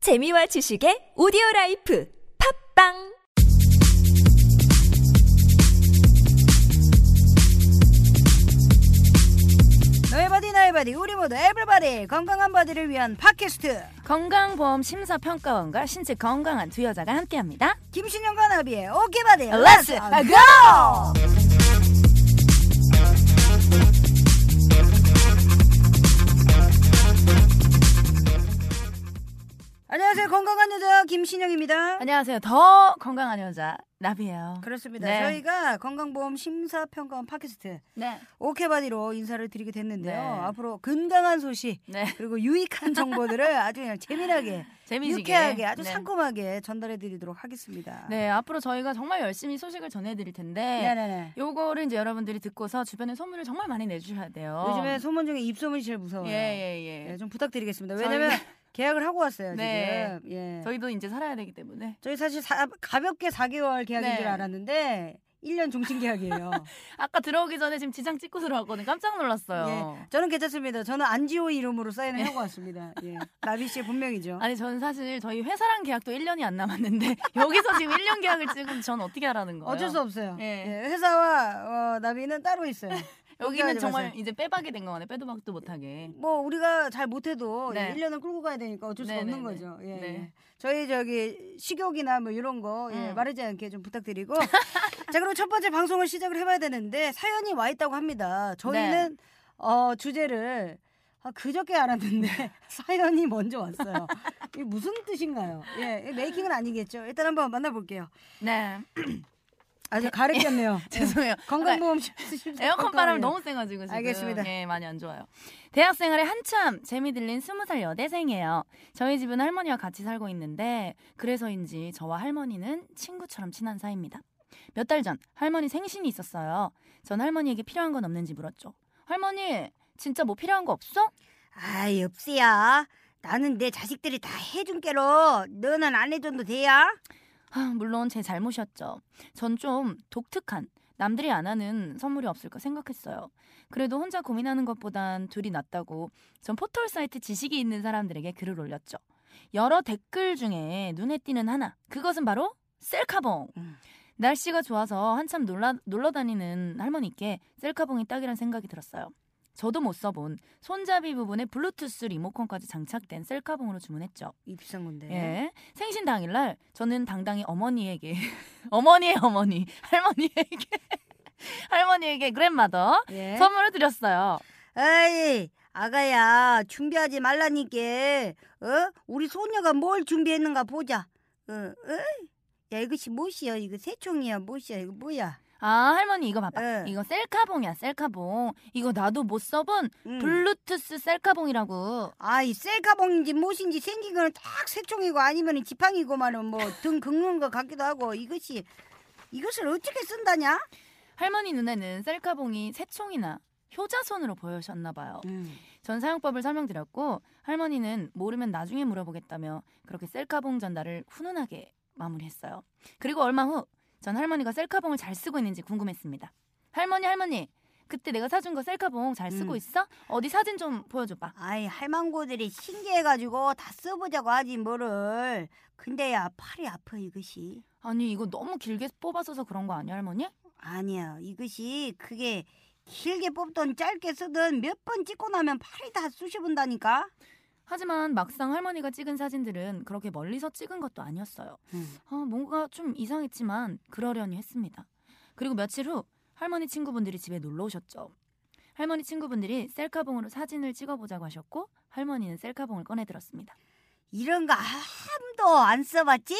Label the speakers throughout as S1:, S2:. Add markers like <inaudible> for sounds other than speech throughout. S1: 재미와 지식의 오디오 라이프 팝빵
S2: 너의 바디 나의 바디 우리 모두 에브리바디 건강한 바디를 위한 팟캐스트
S3: 건강보험 심사평가원과 신체 건강한 두 여자가 함께합니다.
S2: 김신영과 나비의 오케이 바디
S3: Let's
S2: 렛츠 고! 안녕하세요 건강한 여자 김신영입니다
S3: 안녕하세요. 더 건강한 여자 나비예요.
S2: 그렇습니다
S3: 네.
S2: 저희가 건강보험 심사평가원 팟캐스트
S3: 네.
S2: 오케이 바디로 인사를 드리게 됐는데요
S3: 네.
S2: 앞으로 건강한 소식
S3: 네.
S2: 그리고 유익한 정보들을 아주 그냥 재미나게
S3: <laughs> 재미지게
S2: 유쾌하게 아주
S3: 네.
S2: 상큼하게 전달해 드리도록 하겠습니다.
S3: 네, 앞으로 저희가 정말 열심히 소식을 전해 드릴 텐데
S2: 아. 네네네.
S3: 요거를 이제 여러분들이 듣고서 주변에 선물을 정말 많이 내 주셔야 돼요.
S2: 요즘에 소문 중에 입소문이 제일 무서워요.
S3: 어. 예, 예, 예.
S2: 네, 좀 부탁드리겠습니다. 왜냐면 계약을 하고 왔어요,
S3: 네.
S2: 지금. 예. 저희,
S3: 저희도 이제 살아야 되기 때문에
S2: 사실 사- 가볍게 4개월 계약인
S3: 네.
S2: 줄 알았는데 1년 종신
S3: <laughs>
S2: 계약이에요.
S3: 아까 들어오기 전에 지금 지장 찍고 들어왔거든요. 깜짝 놀랐어요.
S2: 예. 저는 괜찮습니다. 저는 안지호 이름으로 사인을 하고 왔습니다. 예. 나비 씨의 본명이죠.
S3: 아니 저는 사실 저희 회사랑 계약도 1년이 안 남았는데 <laughs> 여기서 지금 1년 계약을 찍으면 전 어떻게 하라는 거예요?
S2: 어쩔 수 없어요.
S3: 예.
S2: 예, 회사와 어, 나비는 따로 있어요.
S3: <laughs> 여기는
S2: 걱정하지
S3: 정말
S2: 마세요.
S3: 이제 빼박이 된 거네. 빼도 박도 못하게.
S2: 뭐 우리가 잘 못해도
S3: 네.
S2: 1년은 끌고 가야 되니까 어쩔 수가 없는
S3: 네네네.
S2: 거죠. 예,
S3: 네.
S2: 예. 저희 저기 식욕이나 뭐 이런 거 예,
S3: 음.
S2: 마르지 않게 좀
S3: <laughs>
S2: 부탁드리고 자 그럼 첫 번째 방송을 시작을 해봐야 되는데 사연이 와 있다고 합니다. 저희는
S3: 네.
S2: 어, 주제를 아, 그저께 알았는데 <laughs> 사연이 먼저 왔어요. 이게 무슨 뜻인가요? 예, 이 메이킹은 아니겠죠. 일단 한번 만나볼게요.
S3: 네.
S2: 아주
S3: <laughs>
S2: 가르쳤네요.
S3: 죄송해요.
S2: 건강보험
S3: 에어컨 바람 너무 세가지고 지금
S2: 알겠습니다.
S3: 예, 많이 안 좋아요. 대학 생활에 한참 재미 들린 스무 살 여대생이에요. 저희 집은 할머니와 같이 살고 있는데 그래서인지 저와 할머니는 친구처럼 친한 사이입니다. 몇 달 전 할머니 생신이 있었어요. 전 할머니에게 필요한 건 없는지 물었죠. 할머니 진짜 뭐 필요한 거 없어?
S2: 아이 없어야 나는 내 자식들이 다 해준 게로 너는 안 해줘도 돼야
S3: 아, 물론 제 잘못이었죠. 전 좀 독특한 남들이 안 하는 선물이 없을까 생각했어요. 그래도 혼자 고민하는 것보단 둘이 낫다고 전 포털 사이트 지식이 있는 사람들에게 글을 올렸죠. 여러 댓글 중에 눈에 띄는 하나. 그것은 바로 셀카봉.
S2: 음.
S3: 날씨가 좋아서 한참 놀라, 놀러 다니는 할머니께 셀카봉이 딱이란 생각이 들었어요. 저도 못 써본 손잡이 부분에 블루투스 리모컨까지 장착된 셀카봉으로 주문했죠.
S2: 이 비싼 건데
S3: 예. 생신 당일날 저는 당당히 어머니에게 <laughs> 어머니의 어머니 할머니에게 <laughs> 할머니에게 그랜마더
S2: 예.
S3: 선물을 드렸어요.
S2: 에이 아가야 준비하지 말라니까 어 우리 소녀가 뭘 준비했는가 보자 어야 이것이 무엇이야 이거 새총이야 무엇이야 이거 뭐야
S3: 아 할머니 이거 봐봐.
S2: 예.
S3: 이거 셀카봉이야 셀카봉. 이거 나도 못 써본
S2: 음.
S3: 블루투스 셀카봉이라고.
S2: 아이 셀카봉인지 무엇인지 생긴 거는 딱 새총이고 아니면 지팡이고만은 뭐 등 긁는 것 같기도 하고 이것이 이것을 어떻게 쓴다냐
S3: 할머니 눈에는 셀카봉이 새총이나 효자손으로 보여셨나 봐요. 전 사용법을 설명드렸고 할머니는 모르면 나중에 물어보겠다며 그렇게 셀카봉 전달을 훈훈하게 마무리했어요. 그리고 얼마 후 전 할머니가 셀카봉을 잘 쓰고 있는지 궁금했습니다. 할머니 할머니 그때 내가 사준 거 셀카봉 잘 쓰고
S2: 음.
S3: 있어? 어디 사진 좀 보여줘봐.
S2: 아이 할망구들이 신기해가지고 다 써보자고 하지 뭐를 근데야 팔이 아파 이것이
S3: 아니 이거 너무 길게 뽑아서서 그런 거 아니야 할머니?
S2: 아니야 이것이 그게 길게 뽑든 짧게 쓰든 몇 번 찍고 나면 팔이 다 쑤셔본다니까
S3: 하지만 막상 할머니가 찍은 사진들은 그렇게 멀리서 찍은 것도 아니었어요. 아, 뭔가 좀 이상했지만 그러려니 했습니다. 그리고 며칠 후 할머니 친구분들이 집에 놀러 오셨죠. 할머니 친구분들이 셀카봉으로 사진을 찍어보자고 하셨고 할머니는 셀카봉을 꺼내 들었습니다.
S2: 이런 거 아무도 안 써봤지?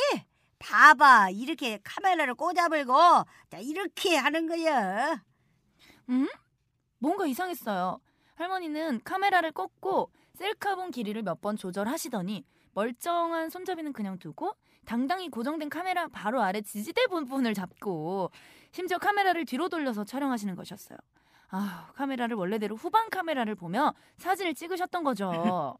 S2: 봐봐 이렇게 카메라를 꼬잡을고 자 이렇게 하는 거야
S3: 뭔가 이상했어요. 할머니는 카메라를 꺾고 셀카봉 길이를 몇 번 조절하시더니 멀쩡한 손잡이는 그냥 두고 당당히 고정된 카메라 바로 아래 지지대 부분을 잡고 심지어 카메라를 뒤로 돌려서 촬영하시는 것이었어요. 아, 카메라를 원래대로 후방 카메라를 보며 사진을 찍으셨던 거죠.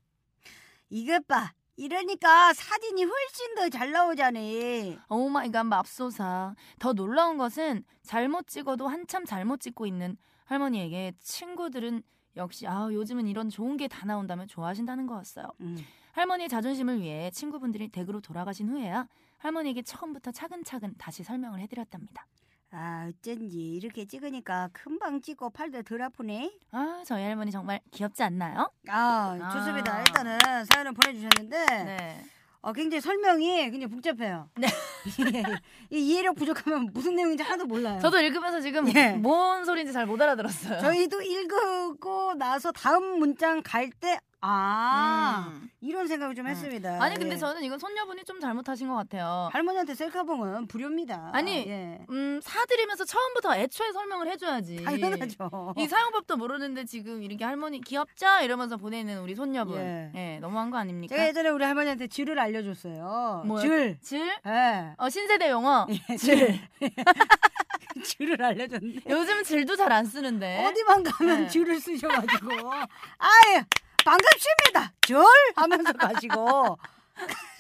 S2: 이것 봐 이러니까 사진이 훨씬 더 잘 나오잖니
S3: 오 마이 갓 Oh 맙소사. 더 놀라운 것은 잘못 찍어도 한참 잘못 찍고 있는 할머니에게 친구들은 역시 아, 요즘은 이런 좋은 게 다 나온다면 좋아하신다는 거였어요.
S2: 음.
S3: 할머니의 자존심을 위해 친구분들이 댁으로 돌아가신 후에야 할머니에게 처음부터 차근차근 다시 설명을 해드렸답니다.
S2: 아 어쩐지 이렇게 찍으니까 금방 찍고 팔도 덜 아프네.
S3: 아, 저희 할머니 정말 귀엽지 않나요?
S2: 아
S3: 아.
S2: 좋습니다. 일단은 사연을 보내주셨는데
S3: 네.
S2: 어, 굉장히 설명이 굉장히 복잡해요.
S3: 네.
S2: 예, 예. <laughs> 이 이해력 부족하면 무슨 내용인지 하나도 몰라요.
S3: 저도 읽으면서 지금
S2: 네. 예.
S3: 뭔 소리인지 잘 못 알아들었어요.
S2: 저희도 읽고 나서 다음 문장 갈 때 아
S3: 음.
S2: 이런 생각을 좀
S3: 음.
S2: 했습니다.
S3: 아니 근데
S2: 예.
S3: 저는 이건 손녀분이 좀 잘못하신 것 같아요.
S2: 할머니한테 셀카봉은 불효입니다.
S3: 아니,
S2: 예.
S3: 음 사드리면서 처음부터 애초에 설명을 해줘야지.
S2: 당연하죠.
S3: 이 사용법도 모르는데 지금 이렇게 할머니 귀엽죠 이러면서 보내는 우리 손녀분,
S2: 예.
S3: 예, 너무한 거 아닙니까?
S2: 제가 예전에 우리 할머니한테 쥐를 알려줬어요.
S3: 뭐요?
S2: 줄.
S3: 질,
S2: 예.
S3: 어 신세대 용어.
S2: 예,
S3: 질.
S2: <laughs> 줄을 알려줬는데
S3: 요즘 질도 잘 안 쓰는데.
S2: 어디만 가면
S3: 네.
S2: 줄을 쓰셔가지고 <laughs> 아유 반갑습니다 줄 하면서 가시고 <laughs>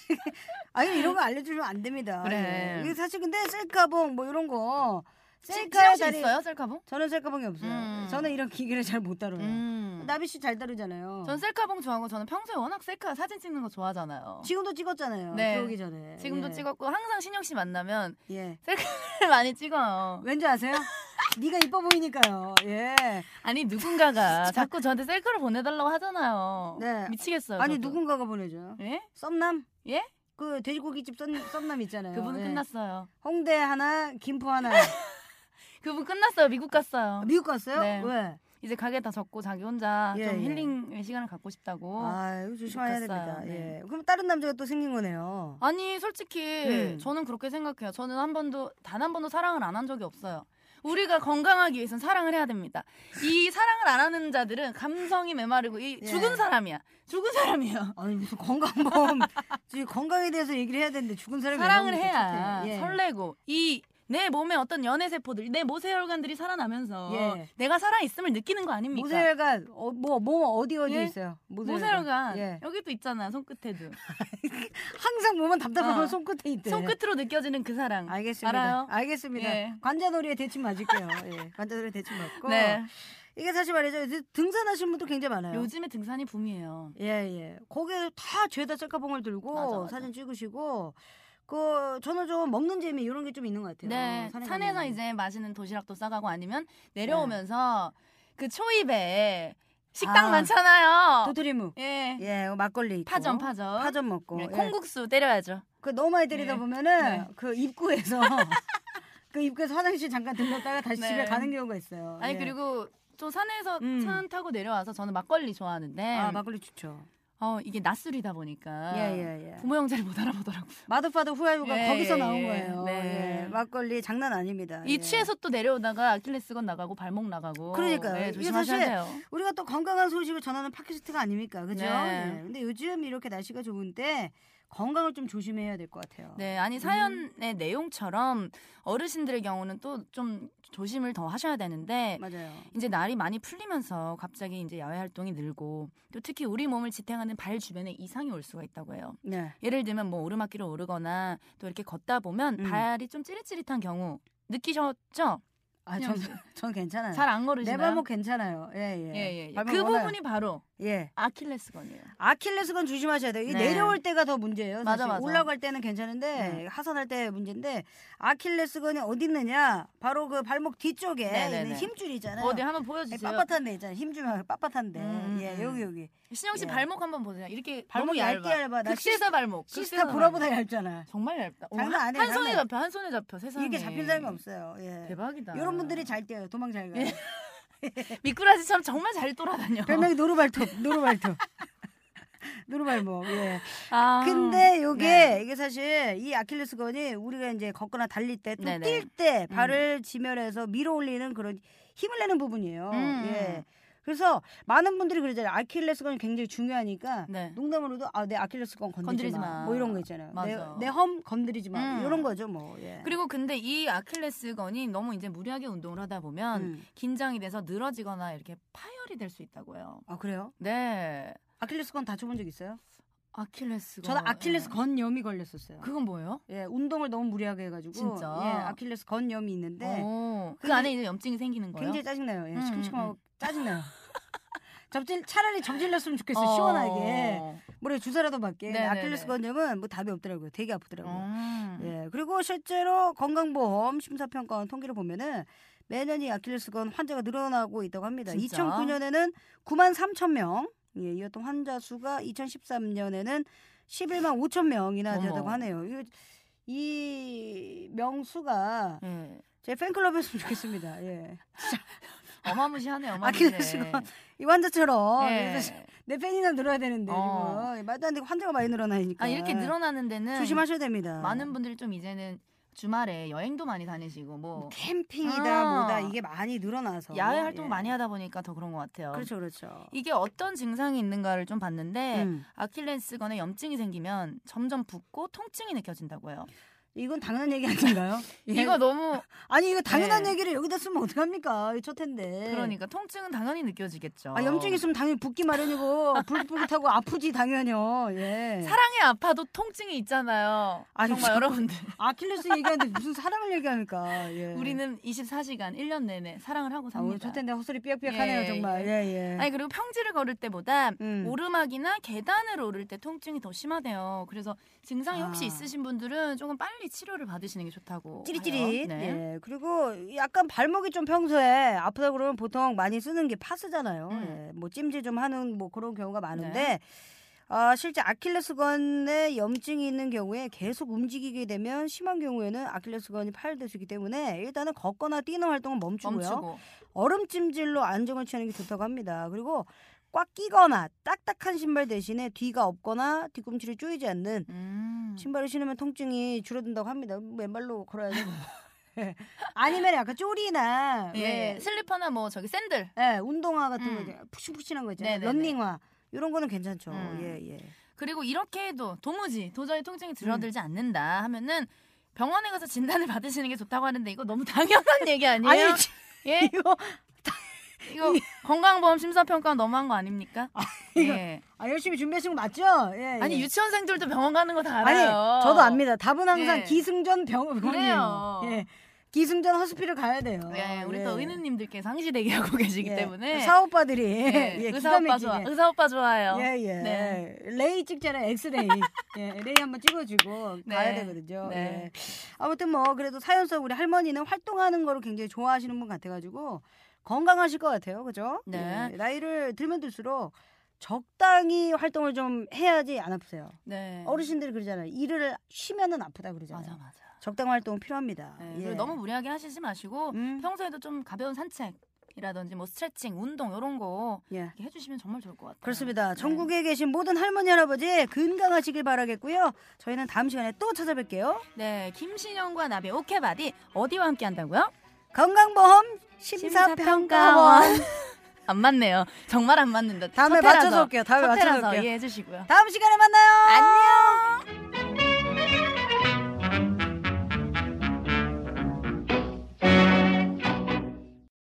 S2: 아니 이런 거 알려주면 안 됩니다
S3: 그래.
S2: 예. 이게 사실 근데 셀카봉 뭐 이런 거 셀카에
S3: 셀카 씨
S2: 달이-
S3: 있어요 셀카봉?
S2: 저는 셀카봉이 없어요
S3: 음.
S2: 저는 이런 기계를 잘 못 다뤄요
S3: 음.
S2: 네. 나비 씨 잘 다루잖아요
S3: 전 셀카봉 좋아하고 저는 평소에 워낙 셀카 사진 찍는 거 좋아하잖아요.
S2: 지금도 찍었잖아요
S3: 뭐. 네.
S2: 들어오기 전에
S3: 지금도
S2: 예.
S3: 찍었고 항상 신영 씨 만나면
S2: 예
S3: 셀카를 <laughs> 많이 찍어요.
S2: 왠지 아세요? <laughs> 네가 이뻐 보이니까요 예
S3: 아니
S2: <laughs>
S3: 누군가가 자꾸 저한테 셀카를 보내달라고 하잖아요.
S2: 네.
S3: 미치겠어요.
S2: 아니
S3: 저도.
S2: 누군가가 보내줘요
S3: 예?
S2: 썸남
S3: 예?
S2: 그 돼지고기집 썸, 썸남 있잖아요
S3: 그분은
S2: 예.
S3: 끝났어요.
S2: 홍대 하나, 김포
S3: <laughs>
S2: 하나.
S3: 그분 끝났어요. 미국 갔어요.
S2: 미국 갔어요?
S3: 네.
S2: 왜?
S3: 이제 가게 다 접고 자기 혼자
S2: 아, 예,
S3: 좀
S2: 예.
S3: 힐링의 시간을 갖고 싶다고. 아.
S2: 아, 이거 조심해야
S3: 미국 갔어요.
S2: 됩니다.
S3: 네.
S2: 예. 그럼 다른 남자가 또 생긴 거네요.
S3: 니 솔직히
S2: 음.
S3: 저는 그렇게 생각해요. 저는 한 번도 단 한 번도 사랑을 안 한 적이 없어요. 우리가 건강하기 위해선 사랑을 해야 됩니다. 이 사랑을 안 하는 자들은 감성이 메마르고 이
S2: 예. 네,
S3: 죽은 사람이야. 죽은 사람이에요.
S2: 아니 무슨
S3: <laughs>
S2: 건강보험 지금 건강에 대해서 얘기를 해야 되는데 죽은 사람이
S3: 사랑을
S2: 얼마나
S3: 해야
S2: 좋대. 예.
S3: 설레고 이 내 몸에 어떤 연애 세포들, 내 모세혈관들이 살아나면서
S2: 예.
S3: 내가 살아 있음을 느끼는 거 아닙니까?
S2: 모세혈관 어, 뭐, 몸 어디 어디
S3: 예?
S2: 있어요?
S3: 모세혈관
S2: 예.
S3: 여기도 있잖아 손끝에도
S2: 항상 몸은 답답하면
S3: 어.
S2: 손끝에 있대.
S3: 손끝으로 느껴지는 그 사랑
S2: 알겠습니다.
S3: 알아요?
S2: 알겠습니다.
S3: 예.
S2: 관자놀이에 대충 맞을게요. 예. 관자놀이에 대충 맞고.
S3: 네
S2: 이게 사실 말이죠. 이제 등산하시는 분도 굉장히 많아요.
S3: 요즘에 등산이 붐이에요
S2: 예, 예. 거기에 다 죄다 셀카봉을 들고
S3: 맞아, 맞아.
S2: 사진 찍으시고 그 저는 좀 먹는 재미 이런 게 좀 있는 것 같아요.
S3: 네
S2: 산에 네.
S3: 산에서
S2: 가면.
S3: 이제 맛있는 도시락도 싸가고 아니면 내려오면서 그 초입에 식당
S2: 아,
S3: 많잖아요
S2: 도토리묵.
S3: 예
S2: 예, 막걸리 있고.
S3: 파전 파전
S2: 파전 먹고.
S3: 네,
S2: 예.
S3: 콩국수 때려야죠
S2: 그 너무 많이 때리다
S3: 네.
S2: 보면은
S3: 네.
S2: 그
S3: <laughs>
S2: 입구에서 <laughs> 그 입구에서 화장실 잠깐 들렀다가 다시
S3: 네.
S2: 집에 가는 경우가 있어요.
S3: 아니
S2: 예.
S3: 그리고 또 산에서
S2: 음.
S3: 산 타고 내려와서 저는 막걸리 좋아하는데
S2: 아, 막걸리 좋죠.
S3: 어 이게 낮술이다 보니까
S2: 예, 예, 예.
S3: 부모 형제를 못 알아보더라고요
S2: 마더파더 후아유가
S3: 아. 예,
S2: 거기서
S3: 예,
S2: 나온
S3: 예.
S2: 거예요.
S3: 네.
S2: 예. 막걸리 장난 아닙니다.
S3: 이
S2: 예.
S3: 취해서 또 내려오다가 아킬레스건 나가고 발목 나가고
S2: 그러니까요.
S3: 네,
S2: 이게
S3: 조심하셔야
S2: 사실
S3: 돼요.
S2: 우리가 또 건강한 소식을 전하는 팟캐스트가 아닙니까? 그죠?
S3: 네.
S2: 네. 근데 요즘 이렇게 날씨가 좋은데 건강을 좀 조심해야 될 것 같아요.
S3: 네, 아니 사연의 내용처럼 어르신들의 경우는 또 좀 조심을 더 하셔야 되는데
S2: 맞아요.
S3: 이제 날이 많이 풀리면서 갑자기 이제 야외 활동이 늘고 또 특히 우리 몸을 지탱하는 발 주변에 이상이 올 수가 있다고 해요.
S2: 네.
S3: 예를 들면 뭐 오르막길을 오르거나 또 이렇게 걷다 보면
S2: 음.
S3: 발이 좀 찌릿찌릿한 경우 느끼셨죠?
S2: 아, 전,
S3: 그냥
S2: <laughs> 전 괜찮아요.
S3: 잘 안
S2: 네.
S3: 걸으시나요?
S2: 내 발목 괜찮아요. 예, 예.
S3: 예, 예, 예.
S2: 발목
S3: 그
S2: 원해요.
S3: 부분이 바로
S2: 예.
S3: 아킬레스건이에요.
S2: 아킬레스건 조심하셔야 돼요. 이
S3: 네.
S2: 내려올 때가 더 문제예요. 사실.
S3: 맞아, 맞아.
S2: 올라갈 때는 괜찮은데
S3: 네.
S2: 하산할 때 문제인데 아킬레스건이 어디 있느냐? 바로 그 발목 뒤쪽에
S3: 네, 네,
S2: 있는
S3: 네.
S2: 힘줄 있잖아요.
S3: 어디 한번
S2: 이
S3: 보여주세요.
S2: 빳빳한 데 있잖아요. 힘줄 말고 빳빳한 데.
S3: 음,
S2: 예,
S3: 음.
S2: 여기 여기.
S3: 신영 씨
S2: 예.
S3: 발목 한번 보세요. 이렇게
S2: 너무
S3: 발목이
S2: 얇게
S3: 얇아.
S2: 얇아. 나
S3: 극세사 발목.
S2: 시스타
S3: 극세사
S2: 보라보다
S3: 발목.
S2: 얇잖아.
S3: 정말 얇다. 오,
S2: 장난
S3: 한-
S2: 아니에요,
S3: 한 손에
S2: 장난.
S3: 잡혀, 한 손에 잡혀. 세상에.
S2: 이렇게 잡힌 사람이 없어요. 예.
S3: 대박이다. 예.
S2: 이런 분들이 잘 뛰어요. 도망 잘 가요.
S3: 미꾸라지처럼 정말 잘 돌아다녀.
S2: 별명이
S3: <laughs>
S2: 노루발톱, 노루발톱. <laughs> 노루발목. 예.
S3: 아.
S2: 근데 요게
S3: 네.
S2: 이게 사실 이 아킬레스건이 우리가 이제 걷거나 달릴 때 또
S3: 네네. 음.
S2: 뛸 때 발을 지면해서 밀어 올리는 그런 힘을 내는 부분이에요.
S3: 음.
S2: 예. 그래서 많은 분들이 그러잖아요. 아킬레스건이 굉장히 중요하니까
S3: 네.
S2: 농담으로도 아 내 아킬레스건 건드리지,
S3: 건드리지
S2: 마.
S3: 마.
S2: 뭐 이런 거 있잖아요.
S3: 맞아.
S2: 내 험 건드리지 마.
S3: 음.
S2: 이런 거죠, 뭐. 예.
S3: 그리고 근데 이 아킬레스건이 너무 이제 무리하게 운동을 하다 보면
S2: 음.
S3: 긴장이 돼서 늘어지거나 이렇게 파열이 될 수 있다고 해요.
S2: 아 그래요?
S3: 네.
S2: 아킬레스건 다쳐본 적 있어요?
S3: 아킬레스건.
S2: 저는 아킬레스
S3: 예.
S2: 건염이 걸렸었어요.
S3: 그건 뭐예요?
S2: 예, 운동을 너무 무리하게 해가지고
S3: 진짜?
S2: 예, 아킬레스 건염이 있는데
S3: 오, 그
S2: 네. 근데
S3: 안에 이제 염증이 생기는 거예요?
S2: 굉장히 짜증나요. 예,
S3: 음, <laughs>
S2: 시큼시큼하고 짜증나요. 접질 차라리 접질렸으면 좋겠어 요 시원하게
S3: 어.
S2: 물에 주사라도 맞게 근데
S3: 네네네.
S2: 아킬레스 건염은 뭐 답이 없더라고요 되게
S3: 어.
S2: 아프더라고요
S3: 음.
S2: 예 그리고 실제로 건강보험 심사평가원 통계를 보면은 매년 이 아킬레스건 환자가 늘어나고 있다고 합니다
S3: 진짜?
S2: 2009년에는 9만 3천 명 예, 이었던 환자 수가 2013년에는 11만 5천 명이나 되었다고
S3: 어머.
S2: 하네요 이, 이 명수가
S3: 예.
S2: 제 팬클럽이었으면 좋겠습니다 예.
S3: 어마무시하네 어마무시해.
S2: 아킬레스건. 어, 이 환자처럼
S3: 예.
S2: 내 팬이나 늘어야 되는데
S3: 어.
S2: 지금 예, 말도 안 되고 환자가 많이 늘어나니까
S3: 아 이렇게 늘어나는 데는
S2: 조심하셔야 됩니다.
S3: 많은 분들이 좀 이제는 주말에 여행도 많이 다니시고 뭐
S2: 캠핑이다
S3: 아.
S2: 뭐다 이게 많이 늘어나서
S3: 야외 활동
S2: 예.
S3: 많이 하다 보니까 더 그런 것 같아요.
S2: 그렇죠 그렇죠.
S3: 이게 어떤 증상이 있는가를 좀 봤는데
S2: 음.
S3: 아킬레스건에 염증이 생기면 점점 붓고 통증이 느껴진다고 해요.
S2: 이건 당연한 얘기
S3: <laughs>
S2: 아닌가요? 예.
S3: 이거 너무
S2: 아니 이거 당연한
S3: 네.
S2: 얘기를 여기다 쓰면 어떡합니까? 이첫 텐데.
S3: 그러니까 통증은 당연히 느껴지겠죠.
S2: 예. 아 염증 있으면 당연히 붓기 마련이고 불긋불긋하고 아프지 당연히요. 예.
S3: 사랑에 아파도 통증이 있잖아요.
S2: 아니,
S3: 정말
S2: 저-
S3: 여러분들
S2: 아킬레스 얘기하는데 무슨 사랑을 얘기합니까? 예.
S3: 우리는 24시간 1년 내내 사랑을 하고
S2: 아, 오늘
S3: 삽니다.
S2: 첫 텐데 헛소리 삐약삐약하네요
S3: 예,
S2: 정말. 예예.
S3: 아니 그리고 평지를 걸을 때보다
S2: 음.
S3: 오르막이나 계단을 오를 때 통증이 더 심하대요. 그래서 증상이 혹시
S2: 아.
S3: 있으신 분들은 조금 빨리 치료를 받으시는 게 좋다고.
S2: 찌릿찌릿.
S3: 해요. 네.
S2: 예. 그리고 약간 발목이 좀 평소에 아프다 그러면 보통 많이 쓰는 게 파스잖아요.
S3: 음.
S2: 예. 뭐 찜질 좀 하는 뭐 그런 경우가 많은데
S3: 네.
S2: 아, 실제 아킬레스건에 염증이 있는 경우에 계속 움직이게 되면 심한 경우에는 아킬레스건이 파열될 수 있기 때문에 일단은 걷거나 뛰는 활동은 멈추고요.
S3: 멈추고.
S2: 얼음 찜질로 안정을 취하는 게 좋다고 합니다. 그리고 꽉 끼거나 딱딱한 신발 대신에 뒤가 없거나 뒤꿈치를 조이지 않는
S3: 음.
S2: 신발을 신으면 통증이 줄어든다고 합니다. 맨발로 걸어야 되고. 예. 아니면 약간 쪼리나
S3: 예.
S2: 왜,
S3: 슬리퍼나 뭐 저기 샌들.
S2: 예, 운동화 같은
S3: 음.
S2: 거 이제 푹신푹신한 거 있잖아요.
S3: 네네네.
S2: 런닝화. 이런 거는 괜찮죠.
S3: 음.
S2: 예, 예.
S3: 그리고 이렇게 해도 도무지 도저히 통증이 들어들지
S2: 음.
S3: 않는다 하면은 병원에 가서 진단을 <laughs> 받으시는 게 좋다고 하는데 이거 너무 당연한 얘기 아니에요?
S2: <laughs> 아니, 지-
S3: 예?
S2: 이거
S3: 이거 건강보험 심사평가 너무한 거 아닙니까? 예.
S2: <laughs> 아, 열심히 준비하신 거 맞죠? 예. 예.
S3: 아니 유치원생들도 병원 가는 거 다
S2: 아니,
S3: 알아요.
S2: 저도 압니다. 답은 항상
S3: 예.
S2: 기승전 병,
S3: 그래요.
S2: 병원이에요. 예. 기승전 허스피를 가야 돼요.
S3: 예, 우리
S2: 예.
S3: 또 은우님들께서 항시대기 하고 <laughs> 계시기
S2: 예.
S3: 때문에
S2: 사오빠들이
S3: 예,
S2: <laughs> 예,
S3: 의사
S2: 기가
S3: 오빠
S2: 막히게.
S3: 좋아, 의사 오빠 좋아요.
S2: 예, 예.
S3: 네.
S2: 레이 찍잖아요. 엑스레이. 예, 레이 한번 찍어주고
S3: 네.
S2: 가야 되거든요.
S3: 네.
S2: 예. 아무튼 뭐 그래도 사연 속 우리 할머니는 활동하는 거를 굉장히 좋아하시는 분 같아가지고 건강하실 것 같아요. 그죠?
S3: 네.
S2: 예, 나이를 들면 들수록 적당히 활동을 좀 해야지 안 아프세요.
S3: 네.
S2: 어르신들이 그러잖아요. 일을 쉬면은 아프다 그러잖아요.
S3: 맞아 맞아.
S2: 적당 활동은 필요합니다.
S3: 네, 그리고 너무 무리하게 하시지 마시고
S2: 아, 예. 음.
S3: 평소에도 좀 가벼운 산책이라든지 뭐 스트레칭, 운동 이런 거
S2: 예.
S3: 이렇게 해주시면 정말 좋을 것 같아요. 네.
S2: 그렇습니다. 전국에 계신 모든 할머니 할아버지 건강하시길 바라겠고요. 저희는 다음 시간에 또 찾아뵐게요.
S3: 네, 김신영과 나비 오케바디 어디와 함께 한다고요?
S2: 건강보험 심사평가원.
S3: <laughs> 안 맞네요. 정말 안 맞는다.
S2: 다음에
S3: 첫 회라서,
S2: 맞춰서 올게요. 다음에
S3: 첫 회라서
S2: 맞춰서 올게요.
S3: 이해해 주시고요.
S2: 다음 시간에 만나요.
S3: 안녕.